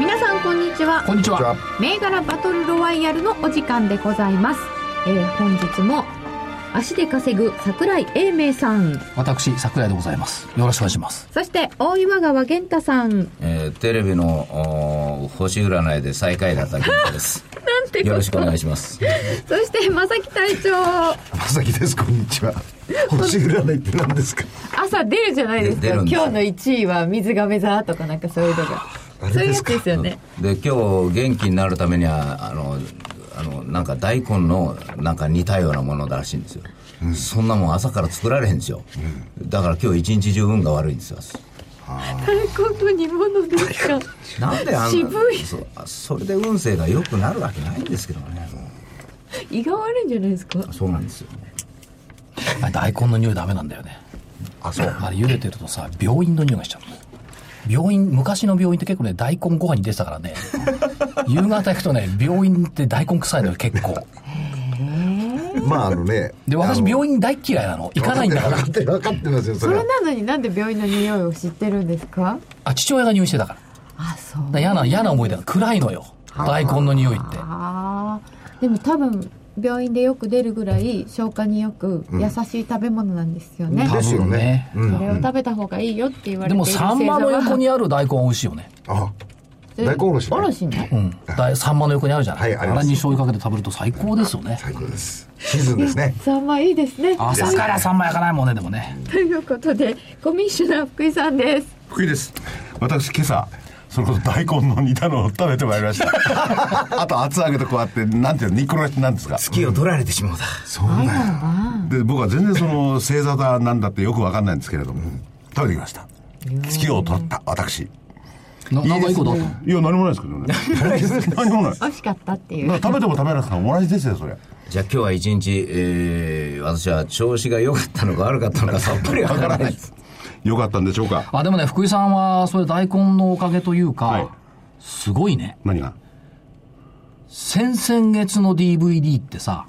皆さんこんにちはこんにちこんにちはは。銘柄バトルロワイヤルのお時間でございます、えー本日も足で稼ぐ桜井英明さん私、桜井でございます。よろしくお願いします。そして大岩川源太さんなんえーテレビのおー星占いで最下位だった銀座 です。てことよろしくお願いします。そして正木隊長まさきです、こんにちは。星占いって何ですか朝出るじゃないですか出るんです今日の1位は水亀座とかなんかそういうのがあそうれいうでやすつかですよねで、今日元気になるためには、あの、あの、なんか大根の、なんか似たようなものらしいんですよ。そんなもん朝から作られへんですよ。だから今日一日中運が悪いんですよ。大根の煮物ですかなんであんな渋いそうあそれで運勢が良くなるわけないんですけどね。胃が悪いんじゃないですかそうなんですよ。あれ大根の匂いダメなんだよね。あ、そう。あれ茹でてるとさ、病院の匂いがしちゃうの。病院、昔の病院って結構ね、大根ご飯に出てたからね。夕方行くとね、病院って大根臭いのよ、結構。まああのね。で、私病院大嫌いなの。行かないんだ から。分かって分かってますよ、そそれれは。なのになんで病院の匂いを知ってるんですかあ、父親が入院してたから。だかあそうら嫌な、嫌な思い出が暗いのよ。大根の匂いって。あーでも多分病院でよく出るぐらい消化によく優しい食べ物なんですよね、多ですよ分ねね。うんそれを食べた方がいいよって言われでているも、サンマの横にある大根は美味しいよね。あ、大根おろしねおろしねうん。だいサンマの横にあるじゃない。はいありますれに醤油かけて食べると最高ですよね。最高です。シーズンですね。サンマいいですね朝からサンマ焼かないもんね、でもね。ということでコミッショナー福井さんです福井です私今朝それこそ大根の煮たのを食べてまいりました あと厚揚げとこうやってなんていうの煮っころがしなんですか月を取られてしまうだ。そうだよで僕は全然その星座だなんだってよくわかんないんですけれども食べてきました月を取った私いななんかいいことあったのや何もないですけどね何もないだ美か味しかったっていうら食べても食べなくても同じですよそれじゃあ今日は一日、えー、私は調子が良かったのか悪かったのかさっぱりわからないです。よかったんでしょうかあ、でもね、福井さんは、それ大根のおかげというか、はいすごいね。何が先々月の DVD ってさ、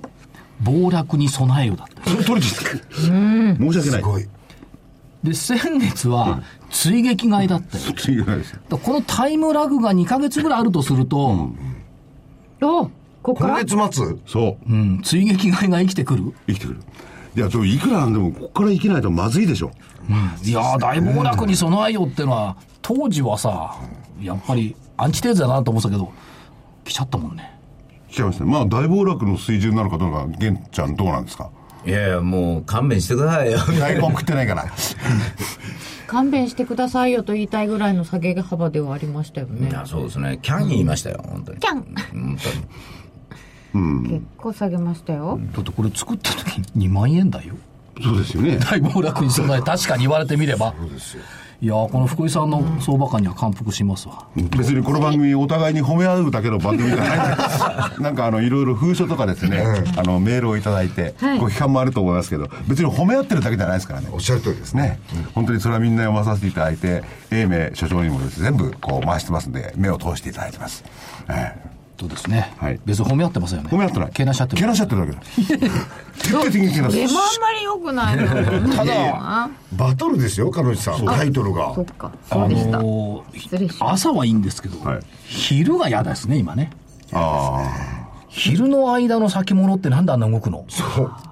暴落に備えよだった。それ取れてきた申し訳ないすごい。で、先月は、追撃買いだったよ。だか申し訳ないですらこのタイムラグが2ヶ月ぐらいあるとすると、おここか今ら月末そううん、追撃買いが生きてくる生きてくるいやそれいくらなんでもここから生きないとまずいでしょいやー、大暴落に備えよってのは、当時はさ、やっぱりアンチテーゼだなと思ってたけど、来ちゃったもんね。来ちゃいましたねまあ大暴落の水準なのかどうか玄ちゃんどうなんですかいやいや、もう勘弁してくださいよ。大根食ってないから勘弁してくださいよと言いたいぐらいの下げ幅ではありましたよねいや、そうですね。キャン言いましたよ、本当に。キャン本当に。結構下げましたよだってこれ作った時に2万円だよ。そうですよね大暴落に備え、確かに言われてみれば。いやー、この福井さんの相場感には感服しますわ。別にこの番組お互いに褒め合うだけの番組じゃないなんかあのいろいろ封書とかですね、あのメールをいただいて、はいご批判もあると思いますけど別に褒め合ってるだけじゃないですからねおっしゃる通りですね。ね、本当にそれはみんな読まさせていただいて英明所長にもですね全部こう回してますんで目を通していただいてます、ええそうですね。はい別に褒め合ってませんよね。褒め合ってないけなしちゃってけなる。しちゃってるだけだ徹底的にけなしでもあんまり良くない のただバトルですよ、彼女さん。タイトルがそ。っかそあうでした、のー失礼しま朝はいいんですけど、はい昼が嫌ですね、今ね。あ昼の間の先物ってなんであんな動くのあ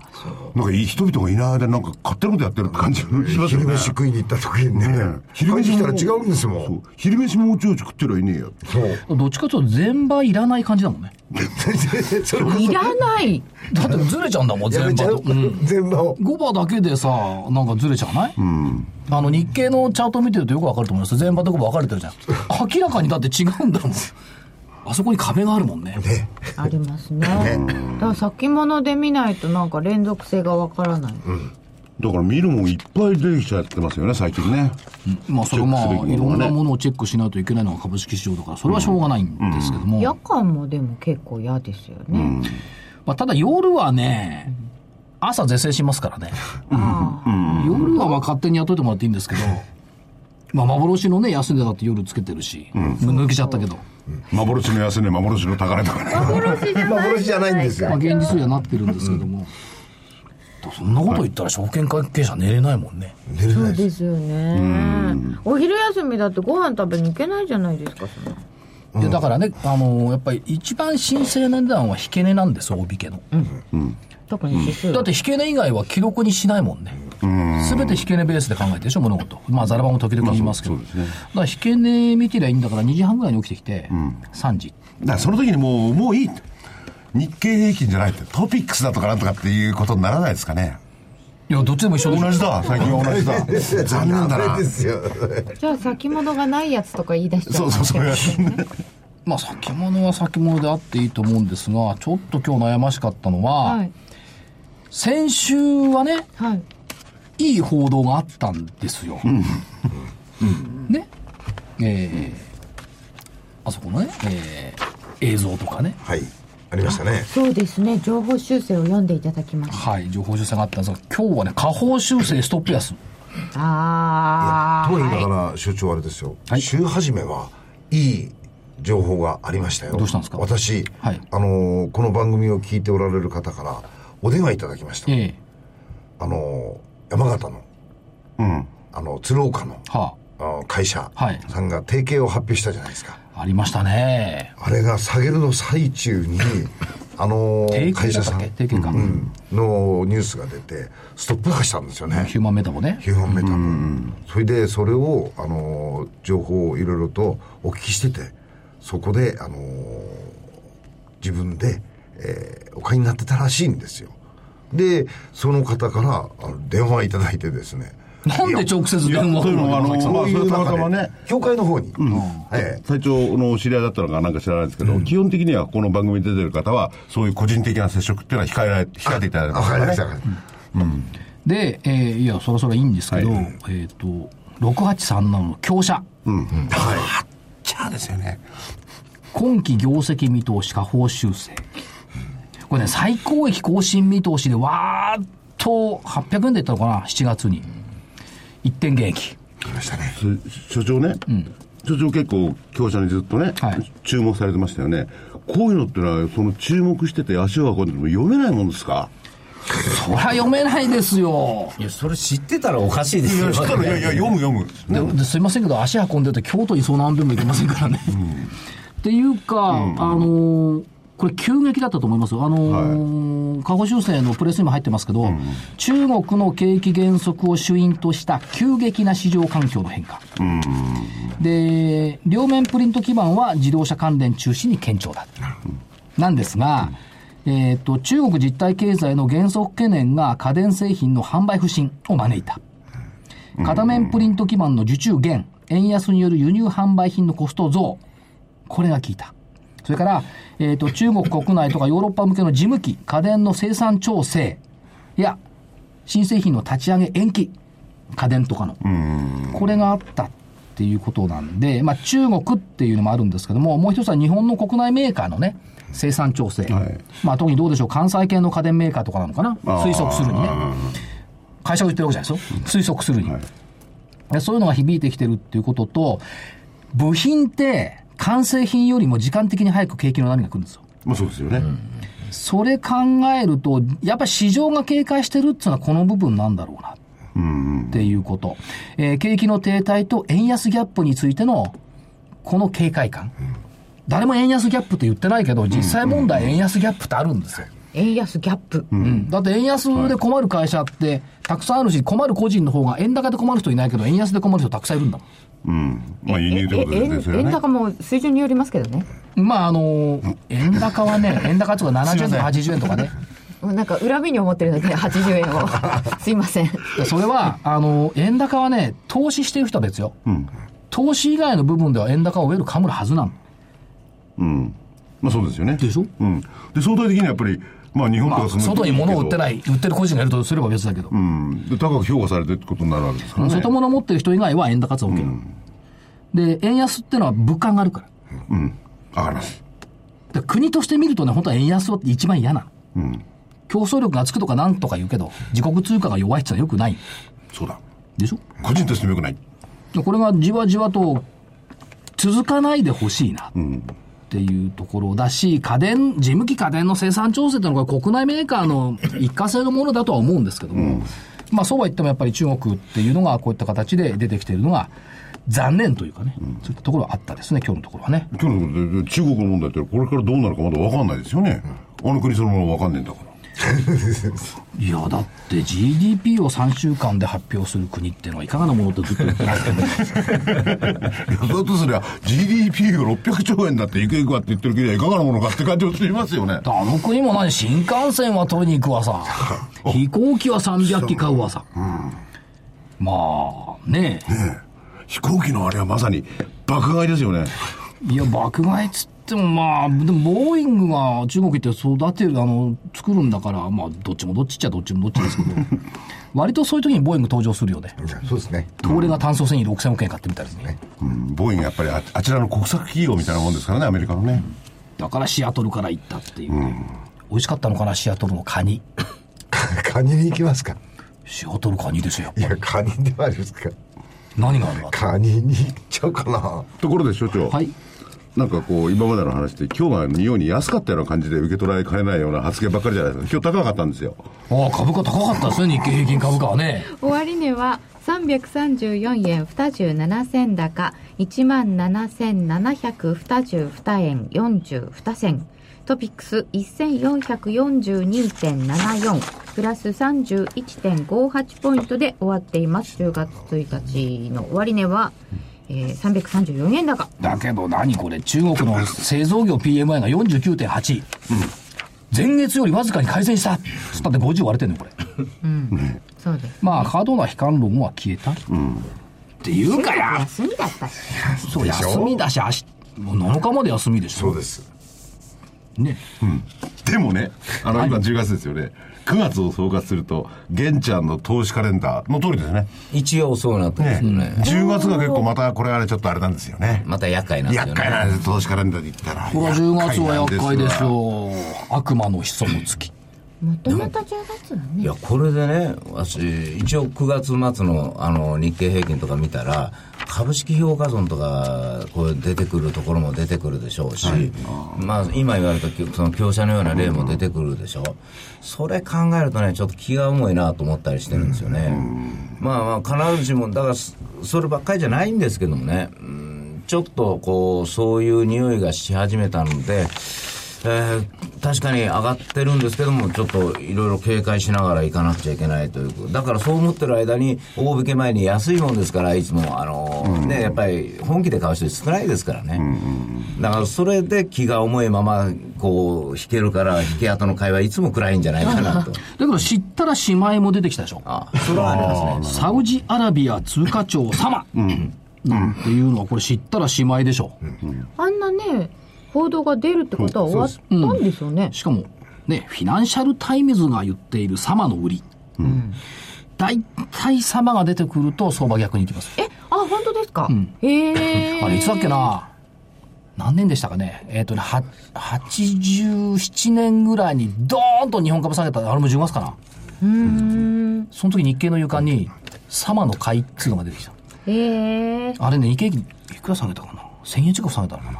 なんかいい人々がいない間になんか勝手なことやってるって感じがしますよ昼ね飯食いに行った時にねね。昼飯したら違うんですも。そうん昼飯もうちょいちょ食ってりゃいねえよそう。どっちかというと全場いらない感じだもんね。 それこそいらないだってずれちゃうんだもん、やめ全ち場ゃうと。うん全場を。 5番だけでさなんかずれちゃわない、あの日経のチャート見てるとよくわかると思います全場と5番分かれて るじゃん明らかにだって違うんだもんあそこに壁があるもんねね。ありますねだから先物で見ないとなんか連続性がわからない、だから見るもんいっぱい出てきちゃってますよね、最近ね。まあそれはまあチェックすべいきろものがねんなものをチェックしないといけないのが株式市場だからそれはしょうがないんですけども、夜間もでも結構嫌ですよね、まあ、ただ夜はね朝是正しますからねああ夜はまあ勝手にやっといてもらっていいんですけどまあ幻のね安値だって夜つけてるし、抜けちゃったけど、幻の安値、幻の高値とかね。幻じゃない幻じゃないんですまあ、よ。現実にはなってるんですけども、そんなこと言ったら証券関係者寝れないもんね寝れそなういです。ですよねお昼休みだってご飯食べに行けないじゃないですかそんなでだからね、あのーやっぱり一番神聖な値段は引け値なんです大引けの、特に指数だって引け値以外は記録にしないもんね全て引け値ベースで考えてるでしょ物事まあざらばも時々言いますけど、だから引け値見てりゃいいんだから2時半ぐらいに起きてきて、3時だからその時にもう、もういい。日経平均じゃないって、トピックスだとかなんとかっていうことにならないですかね。いやどっちでも一緒同でしょじだ、最近は同じだ。 残念だダなメで。すよ。じゃあ先物がないやつとか言い出しちゃそううそう、それは。まあ先物は先物であっていいと思うんですがちょっと今日悩ましかったのは、はい先週はねはいいい報道があったんですよ。ね。えーあそこのね、えー映像とかね、はい。ありましたね。そうですね情報修正を読んでいただきましはい、情報修正があったんですが、今日はね、下方修正ストップ安。たああとは言いながら、所長あれですよ。週始めは、いい情報がありましたよ。どうしたんですか私、はいあのー、この番組を聞いておられる方から、お電話いただきました。ええあのー、山形の、うん。あの、鶴岡の、はあの会社はいさんが提携を発表したじゃないですか。あ、ありましたね。あれが下げるの最 中に、あのー定型だ会社ったさっんけ定型か、のニュースが出て、ストップ化したんですよねヒ。ューマンメタボね。基本メタボ。それで、それを、あのー情報をいろいろとお聞きしてて、そこで、あのー自分で、えーお買いになってたらしいんですよ。で、その方からあの電話いただいてですね。なんで直接いや、電話というのは、あの、まあ、こそうれいうたま中たでまね、教会の方に。ええ隊長のお知り合いだったのかなんか知らないですけど、基本的にはこの番組に出てる方は、そういう個人的な接触っていうのは控えられ、控えていただいてあわかりました。わね。かりましで、えーいや、そろそろいいんですけど、はえっ、と、683なの強者。たはい。じゃあですよね。今期業績見通し下方修正。これね、最高益更新見通しでわーっと800円でいったのかな、7月に。一点減益。それ所長ね、所長結構強者にずっとね、はい注目されてましたよねこういうのってのはその注目してて足を運んでても読めないもんですかそりゃ読めないですよ。いや、それ知ってたらおかしいですよ。む読むでですいませんけど、足運んでると京都にそう何遍も行けませんからね。っていうか、あのーこれ急激だったと思いますよ。あのー下方修正のプレスにも入ってますけど、中国の景気減速を主因とした急激な市場環境の変化。で、両面プリント基盤は自動車関連中心に堅調だ。なんですが、えっと、中国実体経済の減速懸念が家電製品の販売不振を招いた。片面プリント基盤の受注減、円安による輸入販売品のコスト増、これが効いた。それから、えっ、と、中国国内とかヨーロッパ向けの事務機、家電の生産調整、いや、新製品の立ち上げ延期、家電とかの、これがあったっていうことなんで、まあ、中国っていうのもあるんですけども、もう一つは日本の国内メーカーのね、生産調整、はいまあ、特にどうでしょう、関西系の家電メーカーとかなのかな、推測するにね。会社が言ってるわけじゃないですよ、推測するに、でそういうのが響いてきてるっていうことと、部品って完成品よりも時間的に早く景気の波が来るんですよ。まあそうですよね、それ考えると、やっぱり市場が警戒してるっていうのはこの部分なんだろうな。っていうこと。えー景気の停滞と円安ギャップについての、この警戒感。誰も円安ギャップって言ってないけど、実際問題円安ギャップってあるんですよ。円安ギャップ、うんだって円安で困る会社ってたくさんあるし、困る個人の方が円高で困る人いないけど、円安で困る人たくさんいるんだもうんまあ輸ええ入ということですねそれは円ね高も水準によりますけどねん。まあ、あのー、円高は ね、円高とか70円とか80円とかね。なんか恨みに思ってるので80円をすいませんそれ は、あのー、円高はね、投資してる人は別よ。投資以外の部分では円高をウェルかむるはずなの。まあそうですよねでしょうん、で相対的にはやっぱりまあ日本とまかあその外に物を売ってない、売ってる個人がいるとすれば別だけど、うんで高く評価されてるってことになるわけですからね外物持ってる人以外は円高増ける、で、円安ってのは物価があるから。上がらないで国として見るとね、本当は円安は一番嫌なの。競争力がつくとかなんとか言うけど、自国通貨が弱いってのは良くない。そうだでしょ個人としてもよくないでこれがじわじわと続かないでほしいなっていうところだし、家電、事務機家電の生産調整ってのはこれ国内メーカーの一過性のものだとは思うんですけども、まあそうは言ってもやっぱり中国っていうのがこういった形で出てきているのが残念というかね、そういったところはあったですね、今日のところはね。今日のことで中国の問題ってこれからどうなるかまだ分かんないですよね、あの国そのもの分かんないんだからいや、だって GDP を3週間で発表する国っていうのはいかがなものってずっと言ってますけ ど、いやだとすりゃ GDP が600兆円だっていくいくわって言ってるけどいかがなものかって感じをしていますよねあの国も何、新幹線は取りに行くわ さ、飛行機は300機買うわさ。まあ、ね飛行機のあれはまさに爆買いですよねえ。いや、爆買いっつってもまあ、でもボーイングが中国行って育てる、あの、作るんだから、まあ、どっちもどっちっちゃどっちもどっちです けど、割とそういう時にボーイング登場するよね。そうですね。東レが単素繊維6000億円買ってみたりね。うんボーイングやっぱりああちらの国策企業みたいなもんですからねアメリカのねだからシアトルから行ったっていう。美味しかったのかな、シアトルのカニ。カニに行きますかシアトルカニですよ。いや、カニではありますか。何があるか。カニに行っちゃうかな。ところで所長はい。なんかこう今までの話って今日がように安かったような感じで受け取られかねないような発言ばっかりじゃないですか今日高かったんですよああ、株価高かったですね、日経平均株価はね。終値は334円27銭高17,722円42銭トピックス1442.74プラス31.58ポイントで終わっています10月1日の終値は、えー、334円高だけど何これ中国の製造業 PMI が49.8、前月よりわずかに改善したつったって50割れてんのよこれそうですまあ過度な悲観論は消えた、っていうかや休みだったしそう休みだし明日もう7日まで休みでしょそうです。ねでもねあの今10月ですよね9月を総括すると玄ちゃんの投資カレンダーの通りですね一応そうなったんですよね。 10月が結構またこれあれちょっとあれなんですよねまた厄介なんですよ厄ね介。なんです投資カレンダーで言ったらこれは10月はなん厄介ですわよ悪魔の潜む月もともと10月はねいや、これでね、私、一応9月末のあの日経平均とか見たら、株式評価損とか、こう出てくるところも出てくるでしょうし、まあ、今言われた、その、業者のような例も出てくるでしょう。それ考えるとね、ちょっと気が重いなと思ったりしてるんですよね。まあ、まあ、必ずしも、だから、そそればっかりじゃないんですけどもね、うんちょっと、こう、そういう匂いがし始めたので、えー確かに上がってるんですけども、ちょっといろいろ警戒しながら行かなくちゃいけないという、だからそう思ってる間に、大引け前に安いもんですから、いつも、あのーね、やっぱり本気で買う人少ないですからね、だからそれで気が重いまま、こう、引けるから、引け後の会はいつも暗いんじゃないかなと、だけど知ったら姉妹も出てきたでしょあそれはありますね。サウジアラビア通貨庁様、なんていうのはこれ知ったら姉妹でしょ、あんなね、報道が出るってことは終わったんですよね。しかも、ね、フィナンシャル・タイムズが言っている様の売り。大体様が出てくると相場逆に行きます。え、あ、本当ですか、へえ。 あれ、いつだっけな何年でしたかねえっ、とね、は87年ぐらいにドーンと日本株下げた、あれも10月かなその時日経の床に、様の買いっつうのが出てきた。へえ。あれね、日経平均いくら下げたかな ?1000 円近く下げたのかな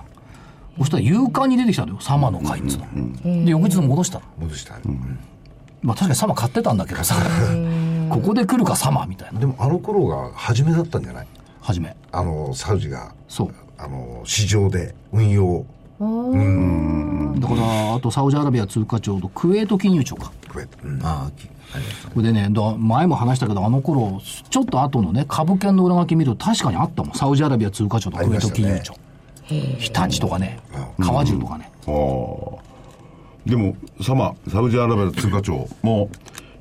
そしたら夕刊に出てきたのよ。様の買いっつうの。で、翌日戻したの。戻した。まあ確かにサマ買ってたんだけどさ、ここで来るかサマみたいな。でもあの頃が初めだったんじゃないはじめ。あの、サウジが、そう。あの、市場で運用、だから、あとサウジアラビア通貨庁とクウェート金融庁か。こうやってあきありがとうこれでね、だ前も話したけど、あの頃、ちょっと後のね、株券の裏書き見ると確かにあったもん。サウジアラビア通貨庁とクウェート金融庁。日立とかね、川中とかね。ああでもサマサウジアラビア通貨庁も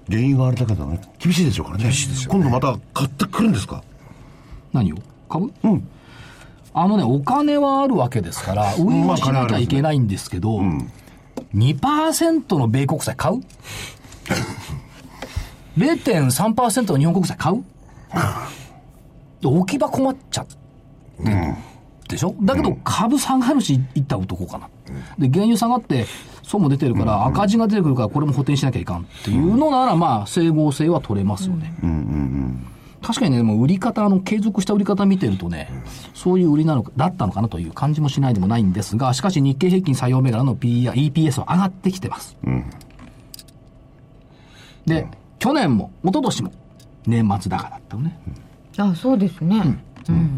原因はあれだけどね厳しいでしょうからね今度また買ってくるんですか何を株うん。 あのね、お金はあるわけですから、運用しなきゃいけないんですけど、 2%の米国債買 う ?0.3% の日本国債買う置き場困っちゃう。でしょだけど株下がるし、一旦打っとこうかな。で、原油下がって、損も出てるから、赤字が出てくるから、これも補填しなきゃいかんっていうのなら、まあ、整合性は取れますよね。確かにね、でも売り方、あの、継続した売り方見てるとね、そういう売りなのか、だったのかなという感じもしないでもないんですが、しかし日経平均採用銘柄の PE や EPS は上がってきてます。で、去年も、一昨年も、年末だからだったのね。あ、そうですね。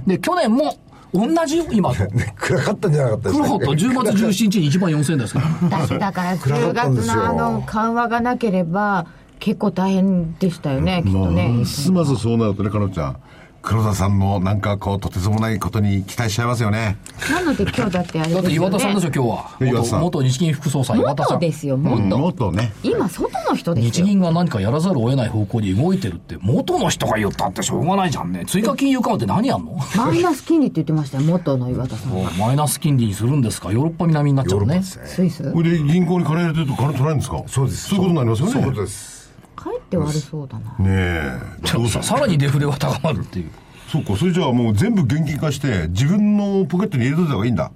で、去年も、同じよ、今と。 ね、暗かったんじゃなかったです黒穂か、と10月17日に1万4000円です から。だだから暗10かったんで月すよのあの緩和がなければ結構大変でしたよね、きっとね。ますますそうなるとね、彼女ちゃん。黒田さんもなんかこう、とてつもないことに期待しちゃいますよね。なので今日だってあれでだすよっね。て岩田さんでしょ、今日は。岩田元さん元日銀副総裁、岩田さ元ん。ですよ、う元。んもっとね。今、外の人です日よ。銀が何かやらざるを得ない方向に動いてるって、元の人が言ったってしょうがないじゃんね。追加金融緩和って何やんのもマイナス金利って言ってましたよ、元の岩田さん。うマイナス金利にするんですかヨーロッパ南になっちゃう ね。スイスそれで銀行に金入れてると金取られるんですかそうですそういうことになりますよね。そういうことです帰って悪そうだな。ねえ。どうささ、さらにデフレは高まるっていう。そうか、それじゃあもう全部現金化して、自分のポケットに入れといた方がいいんだ。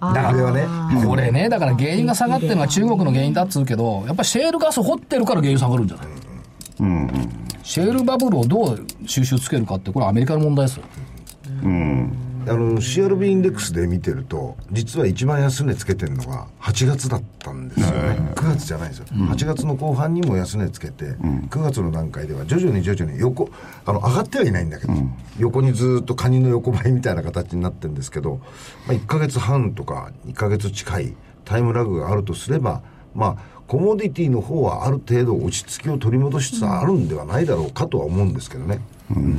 ああれはねこれね、だから原因が下がってるのは中国の原因だっつうけど、やっぱりシェールガス掘ってるから原油下がるんじゃないシェールバブルをどう収集つけるかって、これはアメリカの問題ですよ。あの CRB インデックスで見てると実は一番安値つけてるのが8月だったんですよね9月じゃないんですよ、8月の後半にも安値つけて、9月の段階では徐々に徐々に横あの上がってはいないんだけど、横にずーっとカニの横ばいみたいな形になってるんですけど、まあ、1ヶ月半とか2ヶ月近いタイムラグがあるとすればまあコモディティの方はある程度落ち着きを取り戻しつつあるんではないだろうかとは思うんですけどね、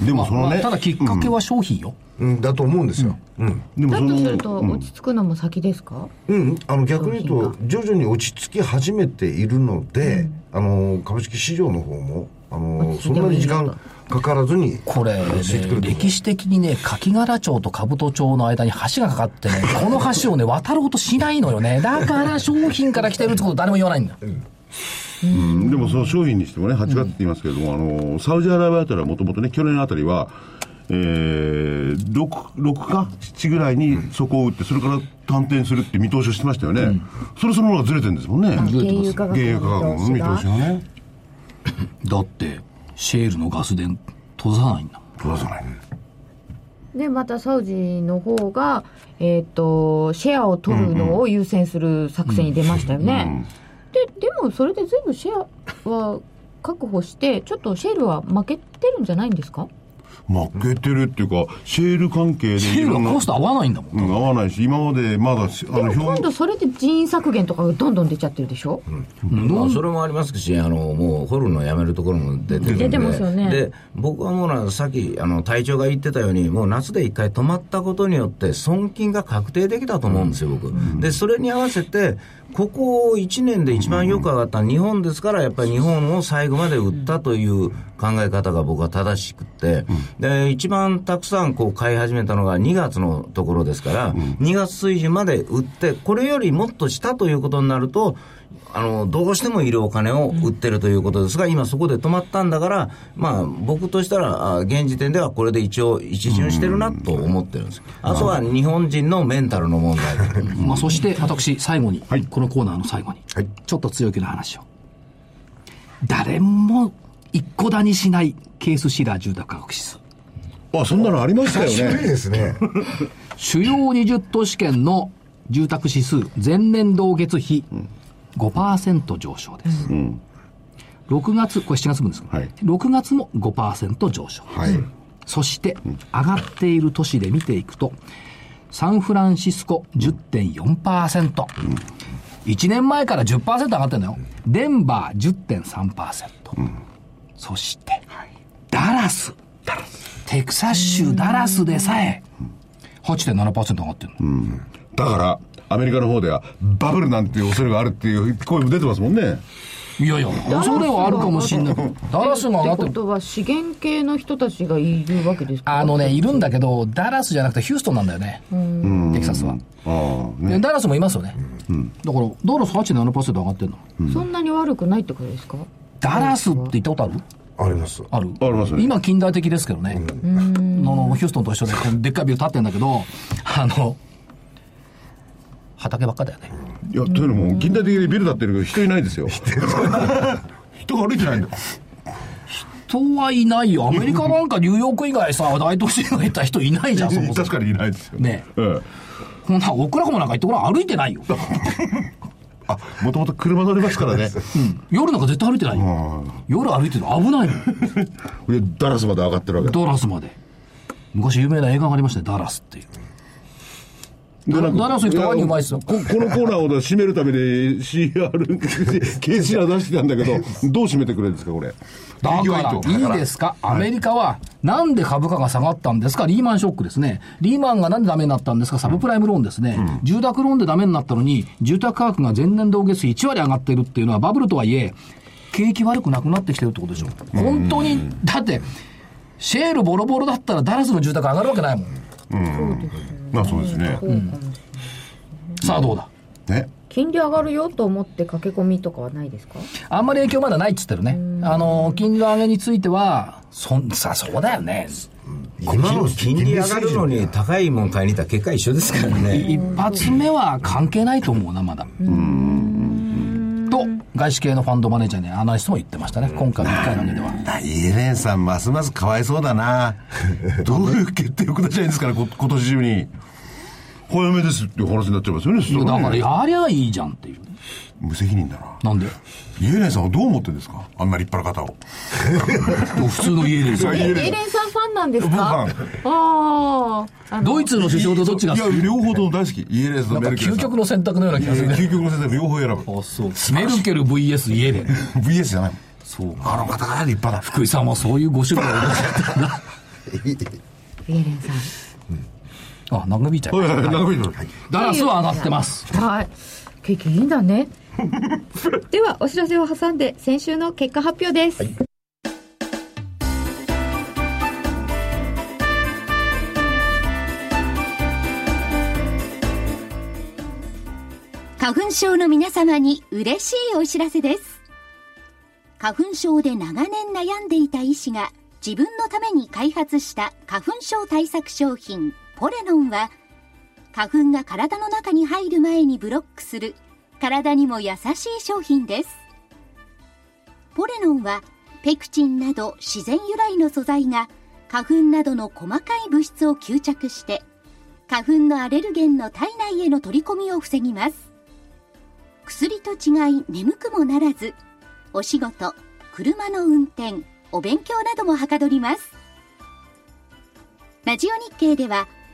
でもそのまあね、ただきっかけは消費よ。うん、だと思うんですよ、うんでもだそとするの、と、落ち着くのも先ですか、うん、あの逆に言うと徐々に落ち着き始めているので、あの株式市場の方もあの着そいんてなもいにい時なと間かからずにこれ、ね落ち着いてくると思う歴史的にね、柿柄町と兜町の間に橋がかかってね、この橋をね、渡ろうとしないのよね。だから商品から来てるってこと誰も言わないんだよ。うんでもその商品にしてもね、8月って言いますけれども、あの、サウジアラビアあたりはもともとね、去年あたりは、えー、6, 六か7ぐらいにそこを打って、それから反転するって見通しをしてましたよね。それそのものがずれてるんですもんね。原油価格の原油価格の見見通通ししがね。だって、シェールのガス電閉ざないんだ。どうさない。で、またサウジの方が、えっ、と、シェアを取るのを優先する作戦に出ましたよね。で、でもそれで全部シェアは確保して、ちょっとシェールは負けてるんじゃないんですか負けてるっていうか、シェール関係でシェいーろルんがな。コスト合わないんだもん。うん、合わないし、今までまだ、あの、今度それで人員削減とかがどんどん出ちゃってるでしょ、まあ、それもありますし、あのもう掘るのやめるところも出てるんで、出てますよねで僕はもうなさっきあの隊長が言ってたように、もう夏で一回止まったことによって、損金が確定できたと思うんですよ、僕。で、それに合わせて、ここ1年で一番よく上がった日本ですから、やっぱり日本を最後まで売ったという考え方が僕は正しくって、で、一番たくさんこう買い始めたのが2月のところですから、2月水準まで売って、これよりもっと下ということになると、あの、どうしてもいるお金を売ってるということですが、今そこで止まったんだから、まあ、僕としたら、あ現時点ではこれで一応一巡してるなと思ってるんです。あとは日本人のメンタルの問題。 まあ、そして私、最後に、このコーナーの最後に、はいちょっと強気な話を。誰も一個だにしないケースシラー住宅価格指数。あ、そんなのありましたよ低いね。ですね主要20都市圏の住宅指数前年同月比5%上昇です、6月これ7月分です、はい6月も5%上昇はい。そして上がっている都市で見ていくとサンフランシスコ10.4%、1年前から10%上がってんだよデンバー10.3%、そして、ダラステキサス州ダラスでさえ8.7%上がってるの、だから、アメリカの方では、バブルなんていう恐れがあるっていう声も出てますもんね。いやいや、それはあるかもしんない。ダラスが上がってってこる。とは資源系の人たちがいるわけですかあのね、いるんだけど、ダラスじゃなくてヒューストンなんだよね。テキサスは。ああ、でね。ダラスもいますよね。だから、ダラス8.7%上がってんの。そんなに悪くないってことですかダラスって行ったことあるあります。あるありますね今近代的ですけどね、あのヒューストンと 一緒でこのでっかいビル建ってんだけどあの畑ばっかだよねいや、というのも、近代的にビル建ってるけど、人いな いですよ。人が歩いてないんだ。人はいないよアメリカなんかニューヨーク以外さ大都市に行った人いないじゃんそもそも確かにいないですよ。ねええ。こんなオクラホマなんか行ってごらん歩いてないよ、あ、もともと車乗りますからね。うん夜なんか絶対歩いてないよ夜歩いてるの危ないので、ダラスまで上がってるわけだ。ダラスまで昔有名な映画がありましたねダラスっていうでなんかダラス行くとワニうまいっすよここのコーナーを締めるために CR、KCR 出してたんだけど、どう締めてくれるんですか、これ。だか営業ら、いいですか、アメリカは、なんで株価が下がったんですか、リーマンショックですね。リーマンがなんでダメになったんですか、サブプライムローンですね。住宅ローンでダメになったのに、住宅価格が前年同月比1割上がってるっていうのは、バブルとはいえ、景気悪くなくなってきてるってことでしょ。本当に、だって、シェールボロボロだったらダラスの住宅上がるわけないもん。まあそうですね。さあどうだ。ね。金利上がるよと思って駆け込みとかはないですかあんまり影響まだないっつってるね。あの、金利の上げについては、そん、さあそうだよね。今の金利上がるのに高いもん買いに行ったら結果一緒ですからね。一発目は関係ないと思うなまだと外資系のファンドマネージャーにアナリストも言ってましたね今回の1回の上げではイエレンさんますますかわいそうだなどういう決定を下したいんですからこ今年中に早めですっていう話になっちゃいますよね、そしいやただねからやりゃいいじゃんっていう無責任だななんでイエレンさんはどう思ってるんですかあんな立派な方を普通の家ですよエエレンさんファンなんですかあああのドイツの首相とどっちがい好やき両方とも大好きイエレンさんなとんかメルケルさ究ん極の選択のような気がするいやね究極の選択両方選ぶあそうメルケル VS 家で VS じゃないもんそうかあの方が立派だ福井さんはそういう5種類がいるんだったなエレンさんあ長引いちゃうはいはい長引いてるダラスは上がってますはい。景気いいんだ ね。ではお知らせを挟んで先週の結果発表です、花粉症の皆様に嬉しいお知らせです。花粉症で長年悩んでいた医師が自分のために開発した花粉症対策商品ポレノンは花粉が体の中に入る前にブロックする体にも優しい商品です。ポレノンはペクチンなど自然由来の素材が花粉などの細かい物質を吸着して花粉のアレルゲンの体内への取り込みを防ぎます。薬と違い眠くもならずお仕事車の運転お勉強などもはかどりますラジオ日経では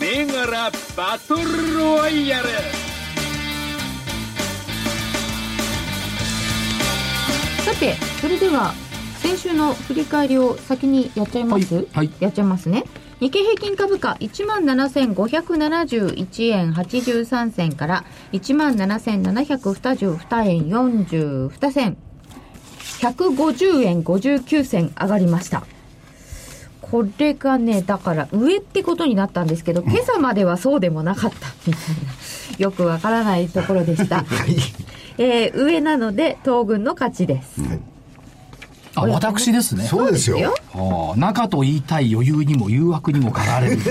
銘柄バトルロワイヤルさて、それでは、先週の振り返りを先にやっちゃいます、はいはいやっちゃいますね。日経平均株価17,571円83銭から17,722円42銭。150円59銭上がりました。これがね、だから上ってことになったんですけど、今朝まではそうでもなかったみたいな、よくわからないところでした。えー上なので、東軍の勝ちです。あ私ですねそうですよ。ああ中と言いたい余裕にも誘惑にも駆られる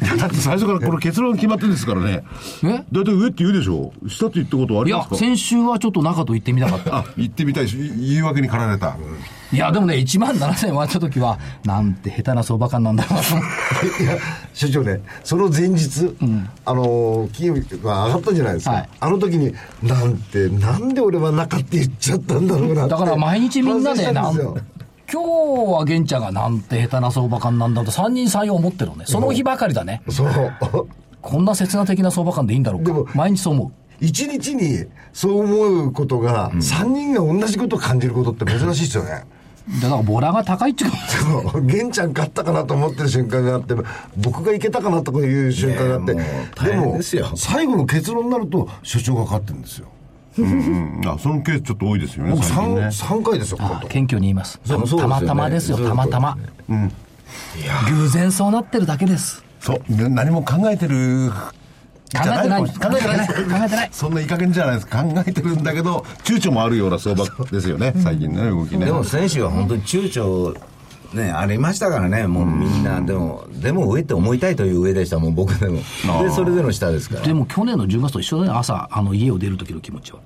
やだって最初からこれ結論決まってるんですからね。えだいたい上って言うでしょ下って言ったことあいりまやすか、先週はちょっと中と行ってみたかった。行ってみたいし、い言い訳に駆られた。いや、でもね、1万7000円割った時は、なんて下手な相場感なんだろうなと思って。いや所長ねその前日、あの金曜日が上がったじゃないですか、はいあの時になんてなんで俺は中って言っちゃったんだろう なってだから毎日みんなで、な反ん省し今たんですよ日は玄ちゃんがなんて下手な相場感なんだと3人3用思ってるのね。その日ばかりだね。そうこんな切な的な相場感でいいんだろうでもか。毎日そう思一日にそう思うことが、三人が同じことを感じることって珍しいですよね。 う。でだからボラが高いっちゅうか、そう、玄ちゃん勝ったかなと思ってる瞬間があって、僕がいけたかなとかいう瞬間があって、ねえもう大変ですよ最後の結論になると、所長が勝ってるんですよ。うんあ、そのケースちょっと多いですよね。僕最近ね三三回ですよ、あ今謙虚に言います。そうそうでたすよねまたまですよ、そういうたこまとたま。偶然そうなってるだけです。そう、ね何も考えてる。考えてない。じゃ考えてない。考えてない。そんないい加減じゃないです。考えてるんだけど、躊躇もあるような相場ですよね、最近ね、動きね。 でも選手は本当に躊躇ね、ありましたからね、もうみんな、でも、でも上って思いたいという上でした、もう僕でも。で、それでの下ですから。でも去年の10月と一緒だね、朝、あの家を出る時の気持ちは。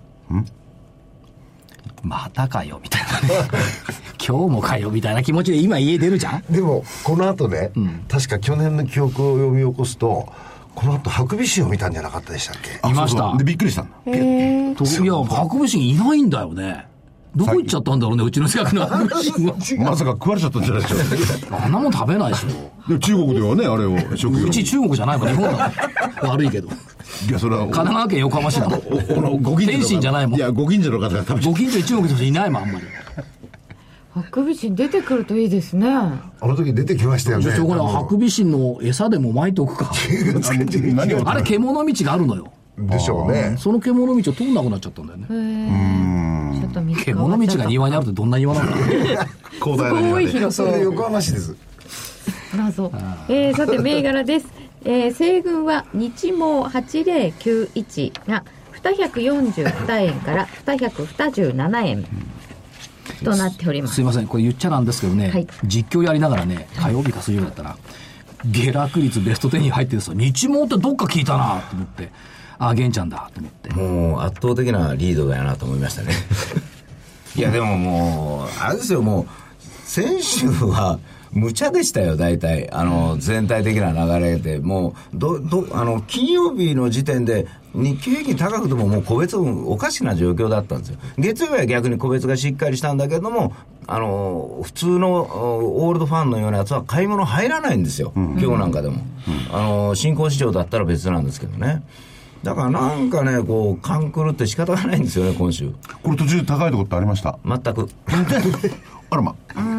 またかよ、みたいなね。 今日もかよ、みたいな気持ちで今家出るじゃんでも、この後ね、確か去年の記憶を読み起こすと、この後、ハクビシンを見たんじゃなかったでしたっけいましたそうそうで、びっくりしたんだ。といや、博物院いないんだよね。どこ行っちゃったんだろうね、うちの近くの博物院は。まさか食われちゃったんじゃないでしょう あんなもん食べないでしょ。か。でも中国ではね、あれを食 用うに。ちい中国じゃないから日本だから。 悪いけど。神や、それは、奈川県横浜市だもん。このご近所の方天津じゃないもんい。や、ご近所の方が食べちゃご近所に中国の人いないもん、あんまり。ハクビシン出てくるといいですね。あの時出てきましたよじね。ゃあ、しょうがない。あハのクビシンの餌でも撒いてお くか。う。何をあれ、獣道があるのよ。でしょうね。その獣道を通んなくなっちゃったんだよね。ちょっと見つか獣道が庭にあるってどんな庭なん だろうね広大な庭で。それで横浜市です。謎。えー、さて、銘柄です。えー、西軍は日毛8091が242円から227円となっておりますすい。ません、これ言っちゃなんですけどね、はい実況やりながらね、火曜日か水曜日だったら、下落率ベスト10に入ってるんですよ。日毛ってどっか聞いたなと思って、あ、玄ちゃんだと思って。もう圧倒的なリードだよなと思いましたね。いや、でももう、あれですよ、もう、先週は、無茶でしたよ、大体。あの、全体的な流れで、もう、ど、ど、あの、金曜日の時点で、日経平均高くてももう個別分おかしな状況だったんですよ。月曜日は逆に個別がしっかりしたんだけども、あの、普通のおオールドファンのようなやつは買い物入らないんですよ。今日なんかでも。あの、新興市場だったら別なんですけどね。だからなんかね、こう、勘狂って仕方がないんですよね、今週。これ途中で高いとこってありました。全く。あらま。うん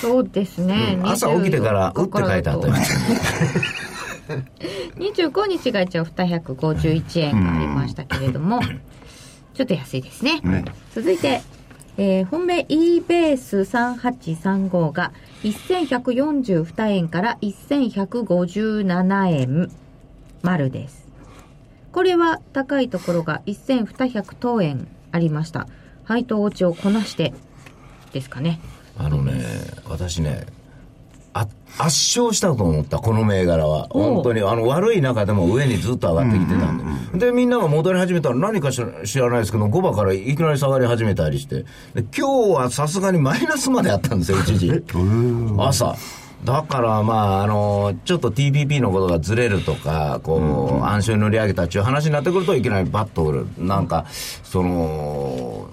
そうですね、朝起きてから、うって書いてあったよ。 25日が一応251円がありましたけれども、ちょっと安いですね。続いて、えー本命 e ベース3835が1142円から1157円丸です。これは高いところが1200等円ありました。配当落ちをこなしてですかね。あのね、私ね、あ圧勝したと思った、この銘柄は。本当に、あの、悪い中でも上にずっと上がってきてたんで。で、みんなが戻り始めたら何かしら知らないですけど、5番からいきなり下がり始めたりして。で、今日はさすがにマイナスまであったんです よ、一時。朝。だから、まあ、あの、ちょっと TPP のことがずれるとか、こう、暗礁に乗り上げたっていう話になってくると、いきなりバッと折る。なんか、その、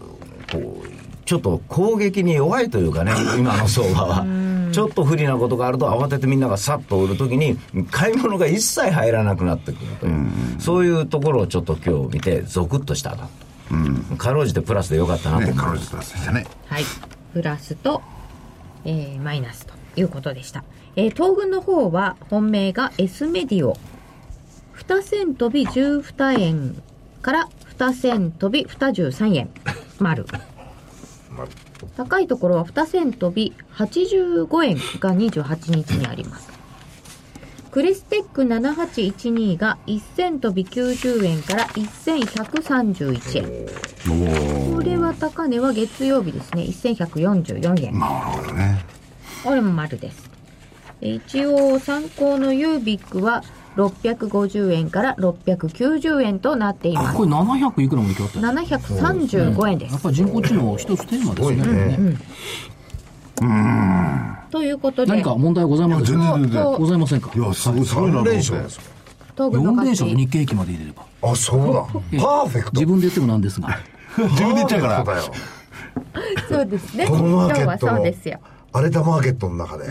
こう、ちょっと攻撃に弱いというか ね、今の相場は。ちょっと不利なことがあると慌ててみんながさっと売るときに買い物が一切入らなくなってくるというそういうところをちょっと今日見てゾクッとしたなとかろうじてプラスでよかったなとね、思彼う女としてね。はい、プラスと、えーマイナスということでした、えー東軍の方は本命が S メディオ2線飛び12円から2線飛び23円丸高いところは2線飛び85円が28日にありますクレステック7812が1線飛び90円から1131円これは高値は月曜日ですね1144円なるほどね。これも丸ですで一応参考のユービックは650円から690円となっていあますこれ700いくらもいきまったね735円ですやっぱり人工知能一つテーマですねねということで何か問題はございますいや全然全然ございませんかいや、すごい、すごいな。連勝ですよ。東軍の4連勝勝ちで日経駅まで入れればあ、そうだ。パーフェクト。自分で言ってもなんです が自分で言っちゃうからだよ。そうですねこのマ今ー日ケはットそうのですよ、荒れたマーケットの中で。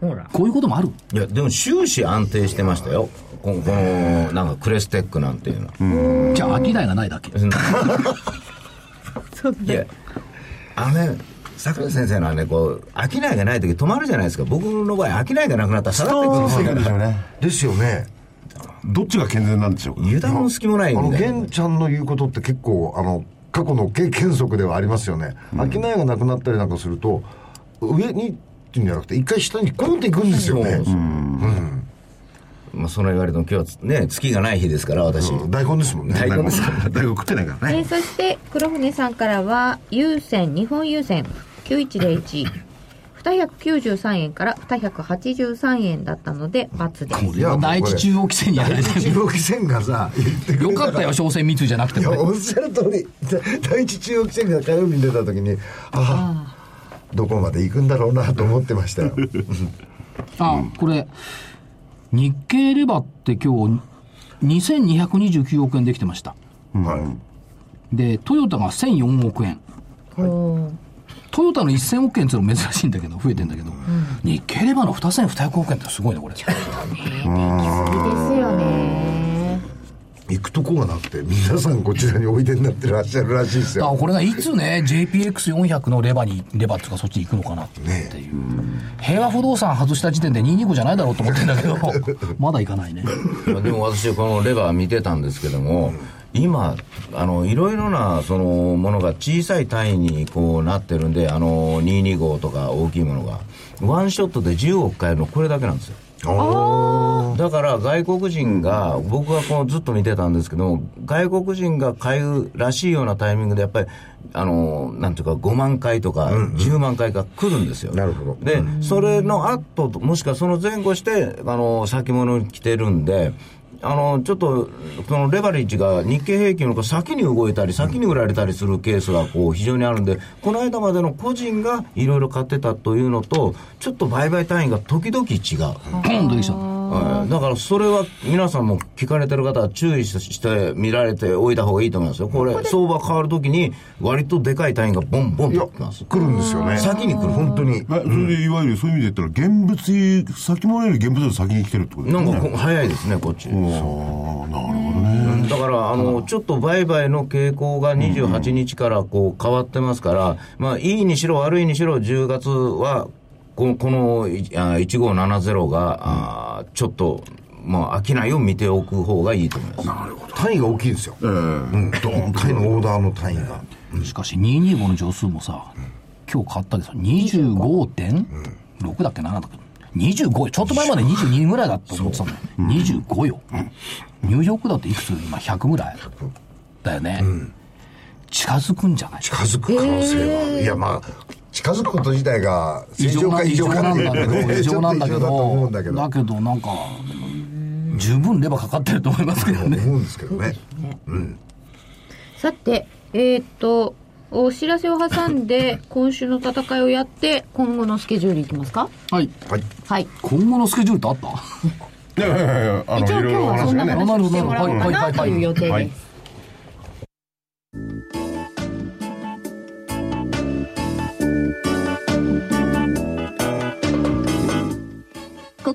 ほらこういうこともあるいや、でも終始安定してましたよ。ここの、なんかクレステックなんていうのは。じゃあ商いがないだけいや、あのね、桜井先生のはね、こう、商いがない時止まるじゃないですか。僕の場合、商いがなくなったら下がっていくんですでしよ。ょうねですよね。どっちが健全なんでしょうか油断も隙もないあの、みたいな玄ちゃんの言うことって結構、あの、過去の経験則ではありますよね。商いがなくなったりなんかすると、上にっていうんじゃなくて、一回下にコンっていくんですよね。そうそうまあ、その言われても今日はね、月がない日ですから、私。うん大根ですもんね。大根ですから大学食ってない からえねーそして黒船さんからは優先日本優先9101,293円から283円だったので×ですこれは第一中央規制にやられ て 中る央汽船がさ、言ってくれたらよかったよ商船三井じゃなくていや、もねおっしゃる通り、だ第一中央汽船が火曜日に出た時に、ああ、どこまで行くんだろうなと思ってましたよ。あ、これ、日経レバって今日、2229億円できてました。で、トヨタが1004億円。トヨタの1000億円っていうのも珍しいんだけど、増えてんだけど、日経レバの2200億円ってすごいね、これ。ですよね行くとこがなくて、皆さんこちらにおいでになってらっしゃるらしいですだかよ。らこれがいつね、JPX400 のレバに、レバっていうかそっちに行くのかなっていう。平和不動産外した時点で225じゃないだろうと思ってんだけど、まだ行かないね。まあでも私このレバー見てたんですけども今あのいろいろなそのものが小さい単位にこうなってるんであの225とか大きいものがワンショットで10億買えるのこれだけなんですよだから外国人が僕はこのずっと見てたんですけども外国人が買うらしいようなタイミングでやっぱりあのなんていうか5万回とか10万回が来るんですよ、なるほどで、それの後と、もしくはその前後して、あの、先物に来てるんで、あの、ちょっと、そのレバレッジが日経平均の先に動いたり、先に売られたりするケースが、こう、非常にあるんで、この間までの個人がいろいろ買ってたというのと、ちょっと売買単位が時々違う。ポンとできちゃう。はいだからそれは皆さんも聞かれてる方は注意して見られておいた方がいいと思いますよ。これ、相場変わるときに、割とでかい単位がボンボンいやと来ます。来るんですよね。先に来る本当に。えそれでいわゆるそういう意味で言ったら現物先物より現物より先に来てるってことですなねんかこ早いですね、こっち。ああなるほどねだからあのちょっと売買の傾向が28日からこう変わってますから、まあ、いいにしろ悪いにしろ、10月はこのこのいあ1570が、あちょっと、まあ、商いを見ておく方がいいと思います。単位が大きいんですよ。うん。ドーン単位のオーダーの単位が。しかし225の乗数もさ、今日買ったけど25.6だっけ7だっけ25よ。ちょっと前まで22ぐらいだと思ってたのよ。25よ。ニューヨークだっていくつ今100ぐらいだよね。近づくんじゃない近づく可能性は。いや、まあ、近づくこと自体が正常か異常かなっんていだけうのはど、ね異 ちょ常っなとん異だけ常だと思うど、んだけだど。けどなんか、十分レバーかかってると思いますけどね。思うんですけどね。さてえーっとお知らせを挟んで今週の戦いをやって今後のスケジュールいきますかはい。はい。はい今後のスケジュールってあっいやいやいやあの一応いろいろお今日は話そんがなねた話してもらおうかなという予定です、はいこ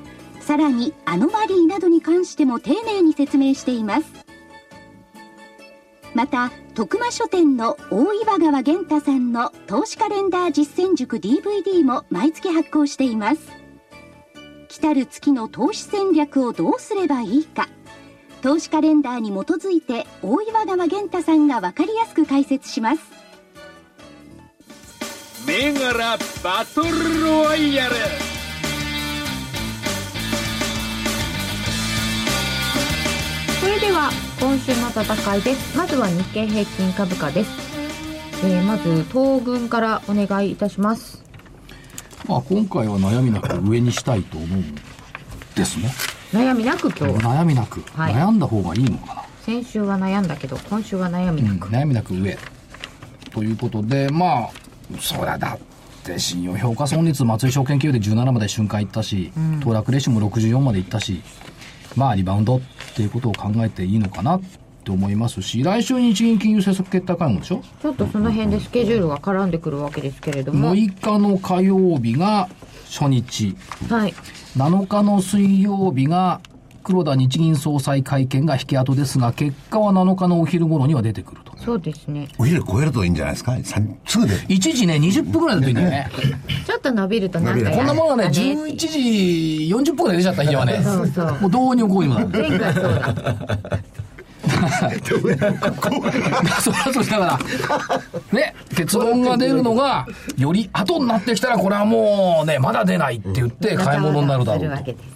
さらにアノマリーなどに関しても丁寧に説明していますまた徳間書店の大岩川源太さんの投資カレンダー実践塾 DVD も毎月発行しています来たる月の投資戦略をどうすればいいか投資カレンダーに基づいて大岩川源太さんが分かりやすく解説します銘柄バトルロワイヤルそれでは今週の戦いですまずは日経平均株価です、えーまず東軍からお願いいたします まあ、今回は悩みなく上にしたいと思うんですね。悩みなく今日は悩みなく、はい悩んだ方がいいのかな。先週は悩んだけど今週は悩みうなんく、悩みなく上。ということで、まあ、そりゃだって、信用評価損率、松井証券給与で17まで瞬間いったし、騰落レシオも64までいったし、まあ、リバウンドっていうことを考えていいのかなと思いますし、来週日銀金融政策決定会合でしょちょっとその辺でスケジュールが絡んでくるわけですけれども ?6 日の火曜日が初日、はい7日の水曜日が黒田日銀総裁会見が引き跡ですが、結果は7日のお昼頃には出てくると。そうですねお昼超えるといいんじゃないですかさんすぐで一時ね、20分ぐらいだといいんだよね。ちょっと伸びるとなんかこんなものがね、やだね11時40分ぐらい出ちゃった日はねそうそう、もうどうにもこうにもなる。 前回そうだそうそうだから、ね、結論が出るのが、より後になってきたら、これはもうね、まだ出ないって言って買い物になるだろうわと。けです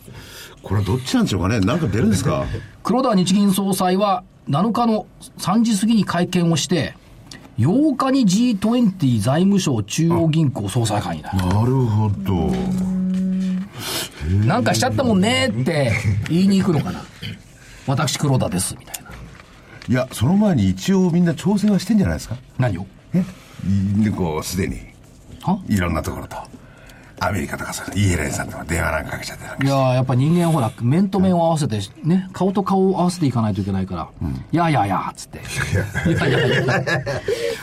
これどっちなんでしょうかねなんか出るんです か黒田日銀総裁は7日の3時過ぎに会見をして、8日に G20 財務省中央銀行総裁会議だ。なるほどなんかしちゃったもんねって言いに行くのかな。私黒田です、みたいな。いやその前に一応みんな調整はしてんじゃないですか何をえいこうすでにはいろんなところとアメリカとかさイエレンさんとか電話なんかかけちゃってなんかいやーやっぱ人間ほら、面と面を合わせて、ね、顔と顔を合わせていかないといけないから、いやいやいや、つって。いやい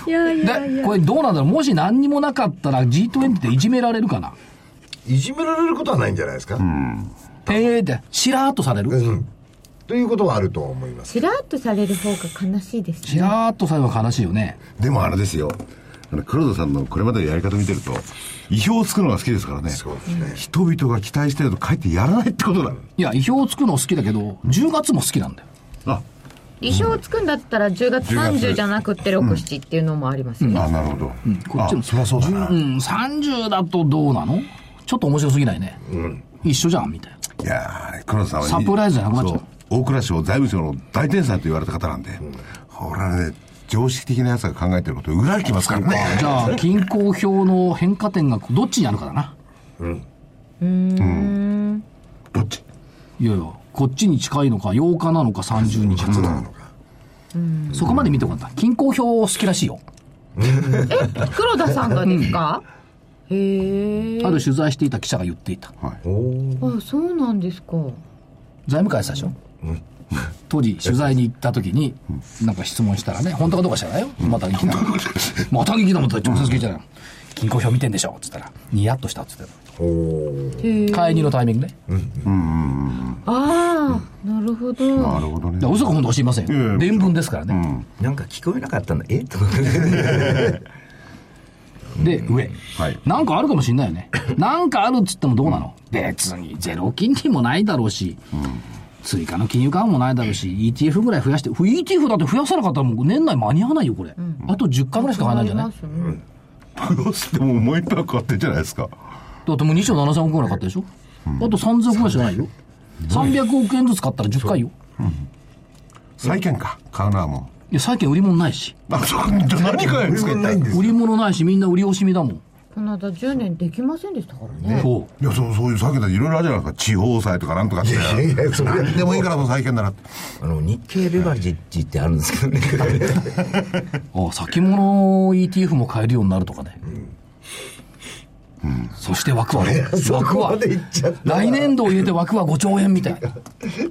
やいや。で、これどうなんだろうもし何にもなかったら G20 っていじめられるかないじめられることはないんじゃないですか、うんええって、しらーっとされるということはあると思いますちらっとされる方が悲しいですしねらーっとされるば悲しいよね。でもあれですよあの黒田さんのこれまでのやり方見てると意表をつくのが好きですからねそうですね、人々が期待してるとかえってやらないってことだいや、意表をつくの好きだけど、10月も好きなんだよ。あ意表をつくんだったら10月30じゃなくって67っていうのもありますよね、あなるほど、こっちもあそりゃそうだな、うん、30だとどうなのちょっと面白すぎないね。一緒じゃん、みたいな。いやー黒田さんはサプライズじゃなくなっちゃうそう大蔵省財務省の大天才と言われた方なんで、ほらね常識的なやつが考えてることを裏切ってますからねじゃあ、均衡表の変化点がどっちにあるかだな。どっちいやいや、こっちに近いのか、8日なのか、30日なのか。そこまで見てもらった。均衡表好きらしいよ。黒田さんがですか、へえある取材していた記者が言っていた。あそうなんですか財務会社でしょ当時、取材に行った時に、なんか質問したらね、本当かどうか知らないよ。また聞きな。また聞きな、また直接聞いたら、均衡表見てんでしょつったら、ニヤッとしたっつってた。会議のタイミングね。ああ、なるほど、なるほどねいや嘘か本当か知りませんいやいよ。や伝聞ですからね。なんか聞こえなかったんだ。えとか。 で、上。はいなんかあるかもしんないよね。なんかあるっつってもどうなの別にゼロ金利もないだろうし、追加の金融緩和もないだろうし、ETF ぐらい増やして、ふ ETF だって増やさなかったらもう年内間に合わないよ、これ。あと10回ぐらいしか買えないんじゃないすねどうしてももう一杯買ってんじゃないですかだってもう2兆7000億ぐらい買ったでしょあと3000億ぐらいしかないよ。300億円ずつ買ったら10回よ。債券か買うのはもいや、債券売り物ないし。うあそうじゃあ何買えるんですか一体売り物ないし、みんな売り惜しみだもん。この間10年できませんでしたからねそう。いやそうそういう債券だっていろいろあるじゃないですか地方債とかなんとかっていやいやそれ何でもいいからもう債券ならってあの、日経ベバレッジってあるんですけどね。ああ先物 ETF も買えるようになるとかね。うんそして枠は、枠はま、でいっちゃった来年度を入れて枠は5兆円みたい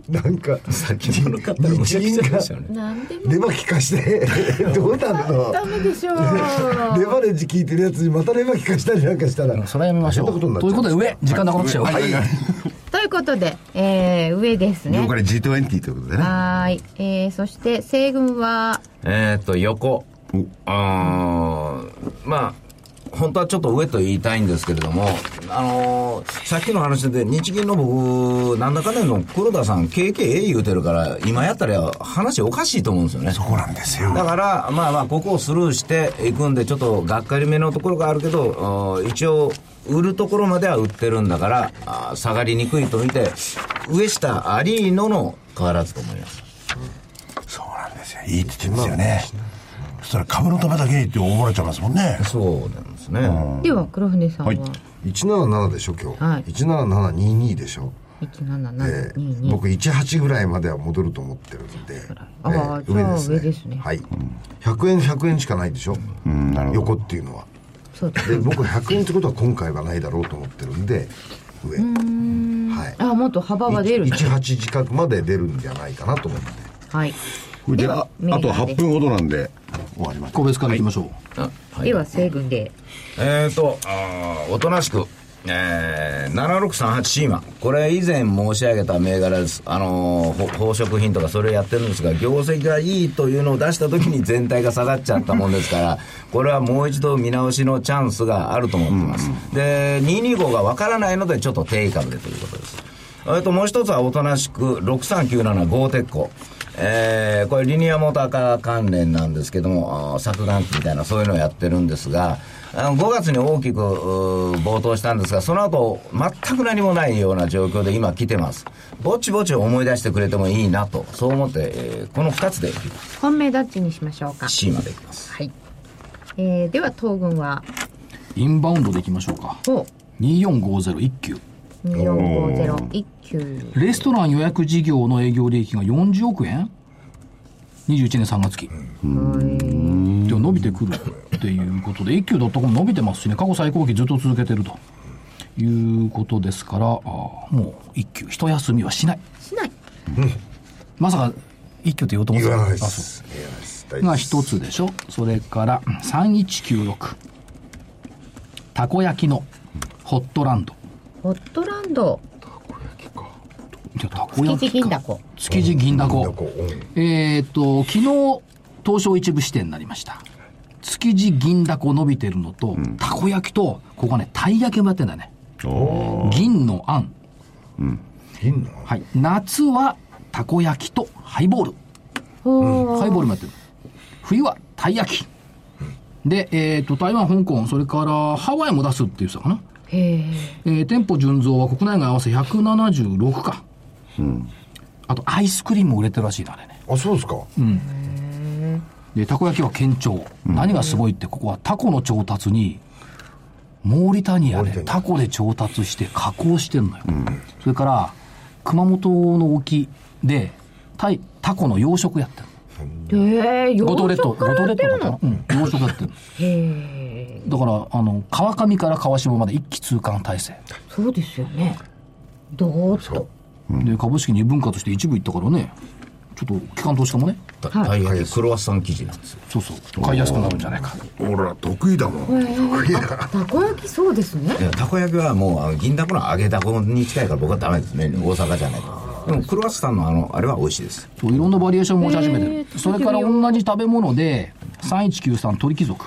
な。なんか 先物買ったらむしゃくち ゃですよね。なんでもレバ聞かしてどうなんのダメでしょうレバレッジ聞いてるやつにまたレバ聞かしたりなんかしたらそれはやめましょそんなことにう。なっということで、上、時間なくなってきちゃう。 ということで、えー、上ですね了解 G20 ということでねはーい、えー、そして西軍はえーっと、横。あーまあ、本当はちょっと上と言いたいんですけれども、あのーさっきの話で、日銀の僕、なんだかんだの黒田さん、KK 言うてるから、今やったら話おかしいと思うんですよね。そこなんですよだから、まあまあ、ここをスルーしていくんで、ちょっとがっかりめのところがあるけど、あー一応、売るところまでは売ってるんだから、あー下がりにくいと見て、上下ありのの変わらずと思います。そうなんですよいいって言ってますよねそしたら株のためだけにって思われちゃいますもんねそうなんですね。では黒船さんは、 177でしょ今日、はい17722でしょで17722、僕18ぐらいまでは戻ると思ってるんで、あーじゃあ上ですねはい100円100円しかないでしょ、うんなるほど横っていうのはそうですで僕100円ってことは今回はないだろうと思ってるんで上はいあもっと幅が出るんだ18近くまで出るんじゃないかなと思ってはいでああと8分ほどなんで終わります個別からいきましょう、では西軍でえーと、あーおとなしく、えー、7638シーマ。これ以前申し上げた銘柄です。あのーほ宝飾品とかそれやってるんですが、業績がいいというのを出した時に全体が下がっちゃったもんですから、 これはもう一度見直しのチャンスがあると思ってます。で、225がわからないので、ちょっと定位株でということです。えっと、もう一つはおとなしく、6397ゴーテッコ。えー、これリニアモーターカー関連なんですけども、あー削減機みたいなそういうのをやってるんですが、あの5月に大きくうー暴騰したんですが、その後、全く何もないような状況で今来てます。ぼちぼち思い出してくれてもいいなと、そう思って、えーこの2つで、本命どっちにしましょうか C までいきます。はい、えー、では東軍はインバウンドでいきましょうかお245019 245019レストラン予約事業の営業利益が40億円21年3月期で伸びてくるっていうことで一休 .com 伸びてますしね過去最高期ずっと続けてるということですからあーもう一休一休みはしないしないまさか一休って言おうと思っ言てわたないであそうす言わないです大丈夫がです一つでしょそれからうん3196たこ焼きのホットランドホットランドじゃあたこ焼き築地銀だこ築地銀だこ、こううんえーっと昨日東証一部支店になりました築地銀だこ伸びてるのと、たこ焼きとここはねたい焼きもやってんだよね銀のあん、銀のはい、夏はたこ焼きとハイボールハイボールもやってる。冬はたい焼き。で、えっ、と、台湾、香港、それからハワイも出すって言ってたかな。えー店舗純増は国内外合わせ176か。あと、アイスクリームも売れてるらしいな、あれね。あそうですかで、たこ焼きは堅調。何がすごいって、ここはタコの調達に、モーリタニアモーリタでニアタコで調達して加工してんのよ。それから、熊本の沖で、タイ、タコの養殖やってる。えー、よ五島列島、五島列島だったら、うん、養殖やってるの。だから、あの、川上から川下まで一気通貫体制。そうですよねどーっとで、株式二分化として一部行ったからね、ちょっと、機関投資家もね、たたい焼きクロワッサン生地なんですよ。そうそう、買いやすくなるんじゃないか。俺ら得意だもんたこ焼きそうですねいやたこ焼きはもうあの銀だこの揚げだこに近いから僕はダメですね大阪じゃないからでもクロワッサンのあのあれは美味しいですそういろんなバリエーション持ち始めてる。それから同じ食べ物で、3193鳥貴族。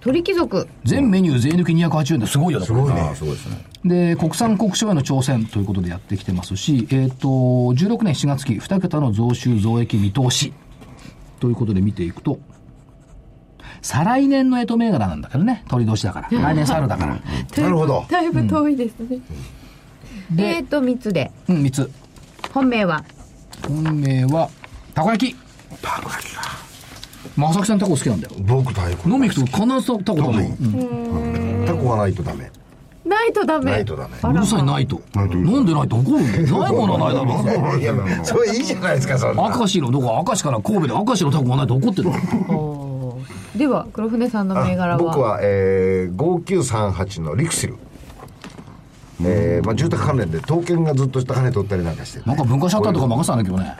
鳥貴族全メニュー税抜き280円ですごいよね、これ。ああすごいですねで、国産国商への挑戦ということでやってきてますし、えっ、と、16年4月期、2桁の増収増益見通し、ということで見ていくと、再来年のエト銘柄なんだけどね、鳥年だから。来年猿だから。なるほどだいぶ遠いですね、えーと3つでうん、3つ。本命は本命は、たこ焼き。たこ焼きかまさきさんたこ好きなんだよ。僕太鼓飲み行くと必ずたこ食べる。うんタコがないとダメないとダメないとダメうるさい、ないと。飲んでないと怒る。 ないものはないだろ。 いやそれいいじゃないですかそんな赤白、どこか赤石から神戸で赤白たこがないと怒ってる。おーでは黒船さんの銘柄は僕は、えー、5938のリクシルえーまあ、住宅関連で東建がずっと高値取ったりなんかしててなんか文化シャッターとか任せたんだけどね。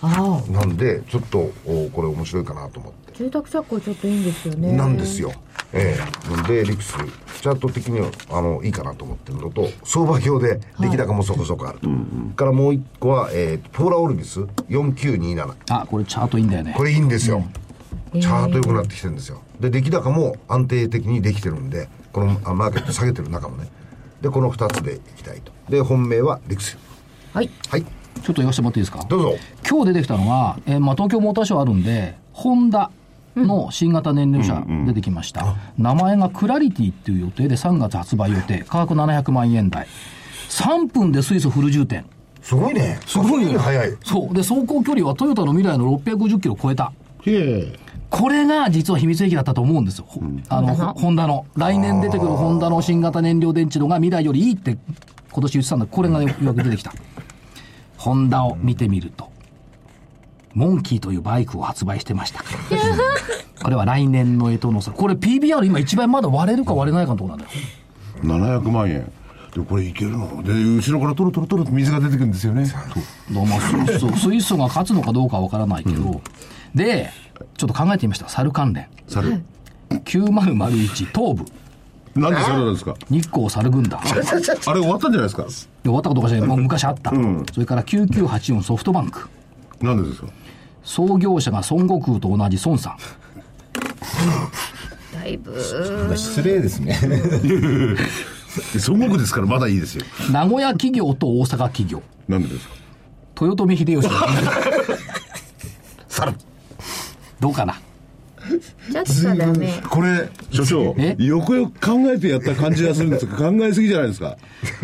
あなんでちょっとおこれ面白いかなと思ってあ住宅着工ちょっといいんですよねなんですよ。ええなんで、リクス、チャート的には、あの、いいかなと思ってるのと、相場表で出来高もそこそこあると。からもう一個は、えー、ポーラオルビス4927。あ、これチャートいいんだよねこ。れいいんですよ。チャート良くなってきてるんですよ。で出来高も安定的にできてるんでこのあマーケット下げてる中もねでこの2つでいきたいとで本命はリクスはい。はいちょっと言わせてもらっていいですかどうぞ今日出てきたのは、えーまあ、東京モーターショーあるんで、ホンダの新型燃料車出てきました。名前がクラリティっていう予定で3月発売予定。価格700万円台。3分で水素フル充填。すごいねすごいねよ。早いそう。で、走行距離はトヨタの未来の650キロ超えた。これが実は秘密兵器だったと思うんですよ。ほあの、ほホンダの。来年出てくるホンダの新型燃料電池のが未来よりいいって今年言ってたんだ。これがよようやく出てき た。ホンダを見てみると、モンキーというバイクを発売してましたから。これは来年の干支のさ。これ PBR 今一番まだ割れるか割れないかのところなんだよ。 700万円でこれいけるので後ろからトロトロトロと水が出てくるんですよねどうも、水 素、水素が勝つのかどうかはわからないけど、で、ちょっと考えてみました。猿関連。猿、 9001東部。なんで猿なんですか日光猿軍団。あれ終わったんじゃないですかで終わったことか しらないもう昔あった、うんそれから9984ソフトバンクなんでですか創業者が孫悟空と同じ孫さんだいぶ失礼ですね。 孫悟空ですからまだいいですよ名古屋企業と大阪企業なんでですか豊臣秀 吉の猿どうかなちょっとダメこれ所長よえくよく考えてやった感じがするんですが考えすぎじゃないですか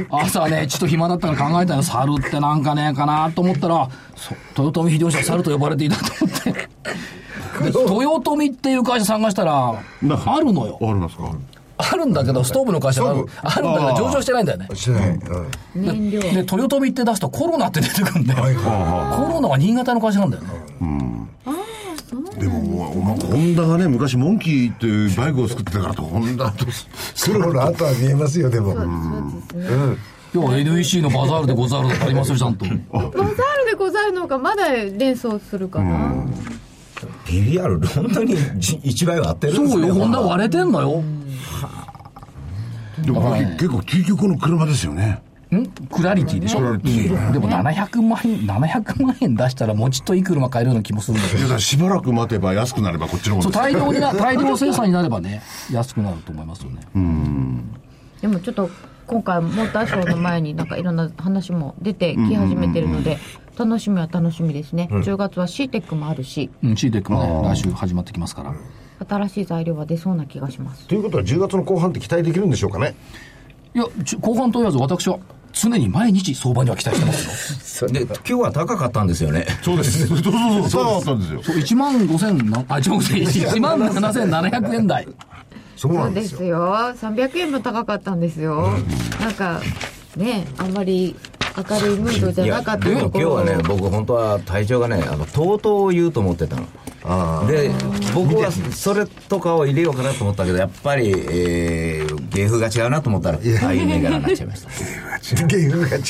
朝ねちょっと暇だったから考えたよ猿ってなんかねえかなと思ったらそ豊臣秀吉は猿と呼ばれていたと思ってで豊臣っていう会社探したらなあるのよありますかあるんだけどストーブの会社があるあるんだけど上場してないんだよねしてない、うん燃料で豊臣って出すとコロナって出てくるんだよ、コロナは新潟の会社なんだよね、でももうお前ホンダがね昔モンキーっていうバイクを作ってたからとホンダと黒の後は見えますよでもいや NEC のバザールでござるとかありますよちゃんとバザールでござるのがまだ連想するかな、 PBR、本当にじ一倍は合ってるんですそうね。よホンダ割れてんのよでもこれ結構究極の車ですよねんクラリティでしょ、でも700万円700万円出したらもちっといい車買えるような気もするんだけどいやだからしばらく待てば安くなればこっちのもんそでうす大量 にな大量生産になればね安くなると思いますよね、でもちょっと今回モーターショーの前になんかいろんな話も出てき始めてるので楽しみは楽しみですね、10月は CTEC もあるしうん、シーテックもね来週始まってきますから、新しい材料は出そうな気がしますということは10月の後半って期待できるんでしょうかねいやちょ後半問わず私は常に毎日相場には期待してます よで、今日は高かったんですよね。そう ですそうそうそうそうだったんですよそう1万5000なあ1万5000 1万7700円台そうそなうんでですよすよ300円も高かったんですよなんかねあんまり明るいムードじゃなかったいやでとも今こ日ろをはね僕本当は体調がねあのとうとう言うと思ってたので僕はそれとかを入れようかなと思ったけどやっぱり、えー、芸風が違うなと思ったらああいう銘柄になっちゃいました芸風が違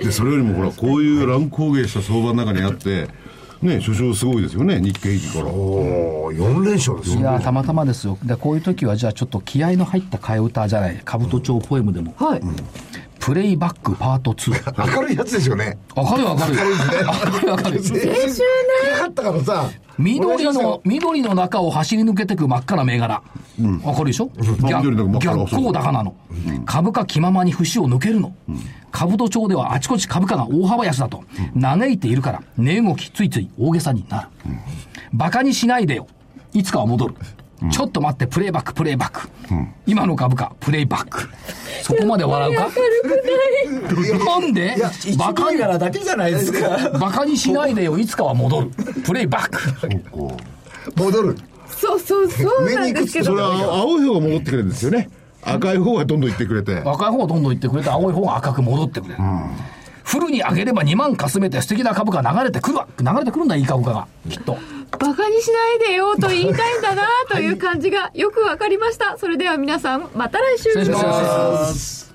うでそれよりもほらこういう乱高下した相場の中にあってね所長すごいですよね日経平均からおお4連勝ですいよやーたまたまですよでこういう時はじゃあちょっと気合の入った替え歌じゃない兜町ポエムでも、はい、プレイバックパート2明るいやつですよね明るい明るい明るい明 るい先週ね暗かったからさ緑の緑の中を走り抜けてく真っ赤な銘柄、わかるでしょ逆緑の中真っ赤な逆光高なの、株価気ままに節を抜けるの、株と町ではあちこち株価が大幅安だと、嘆いているから値動きついつい大げさになる、バカにしないでよいつかは戻る、ちょっと待ってプレイバックプレイバック、今の株価プレイバックそこまで笑うかなんで一バカ銘に柄だけじゃないですかバカにしないでよいつかは戻るプレイバック戻るそうそうそう上なにん行でくすけつそれどは青い方が戻ってくるんですよね赤い方がどんどんいってくれて赤い方がどんどん行ってくれて青い方が赤く戻ってくれる、フルに上げれば2万かすめて素敵な株価が流れてくるわ流れてくるんだいい株価がきっとバカにしないでよと言いたいんだなという感じがよくわかりましたそれでは皆さんまた来週失礼します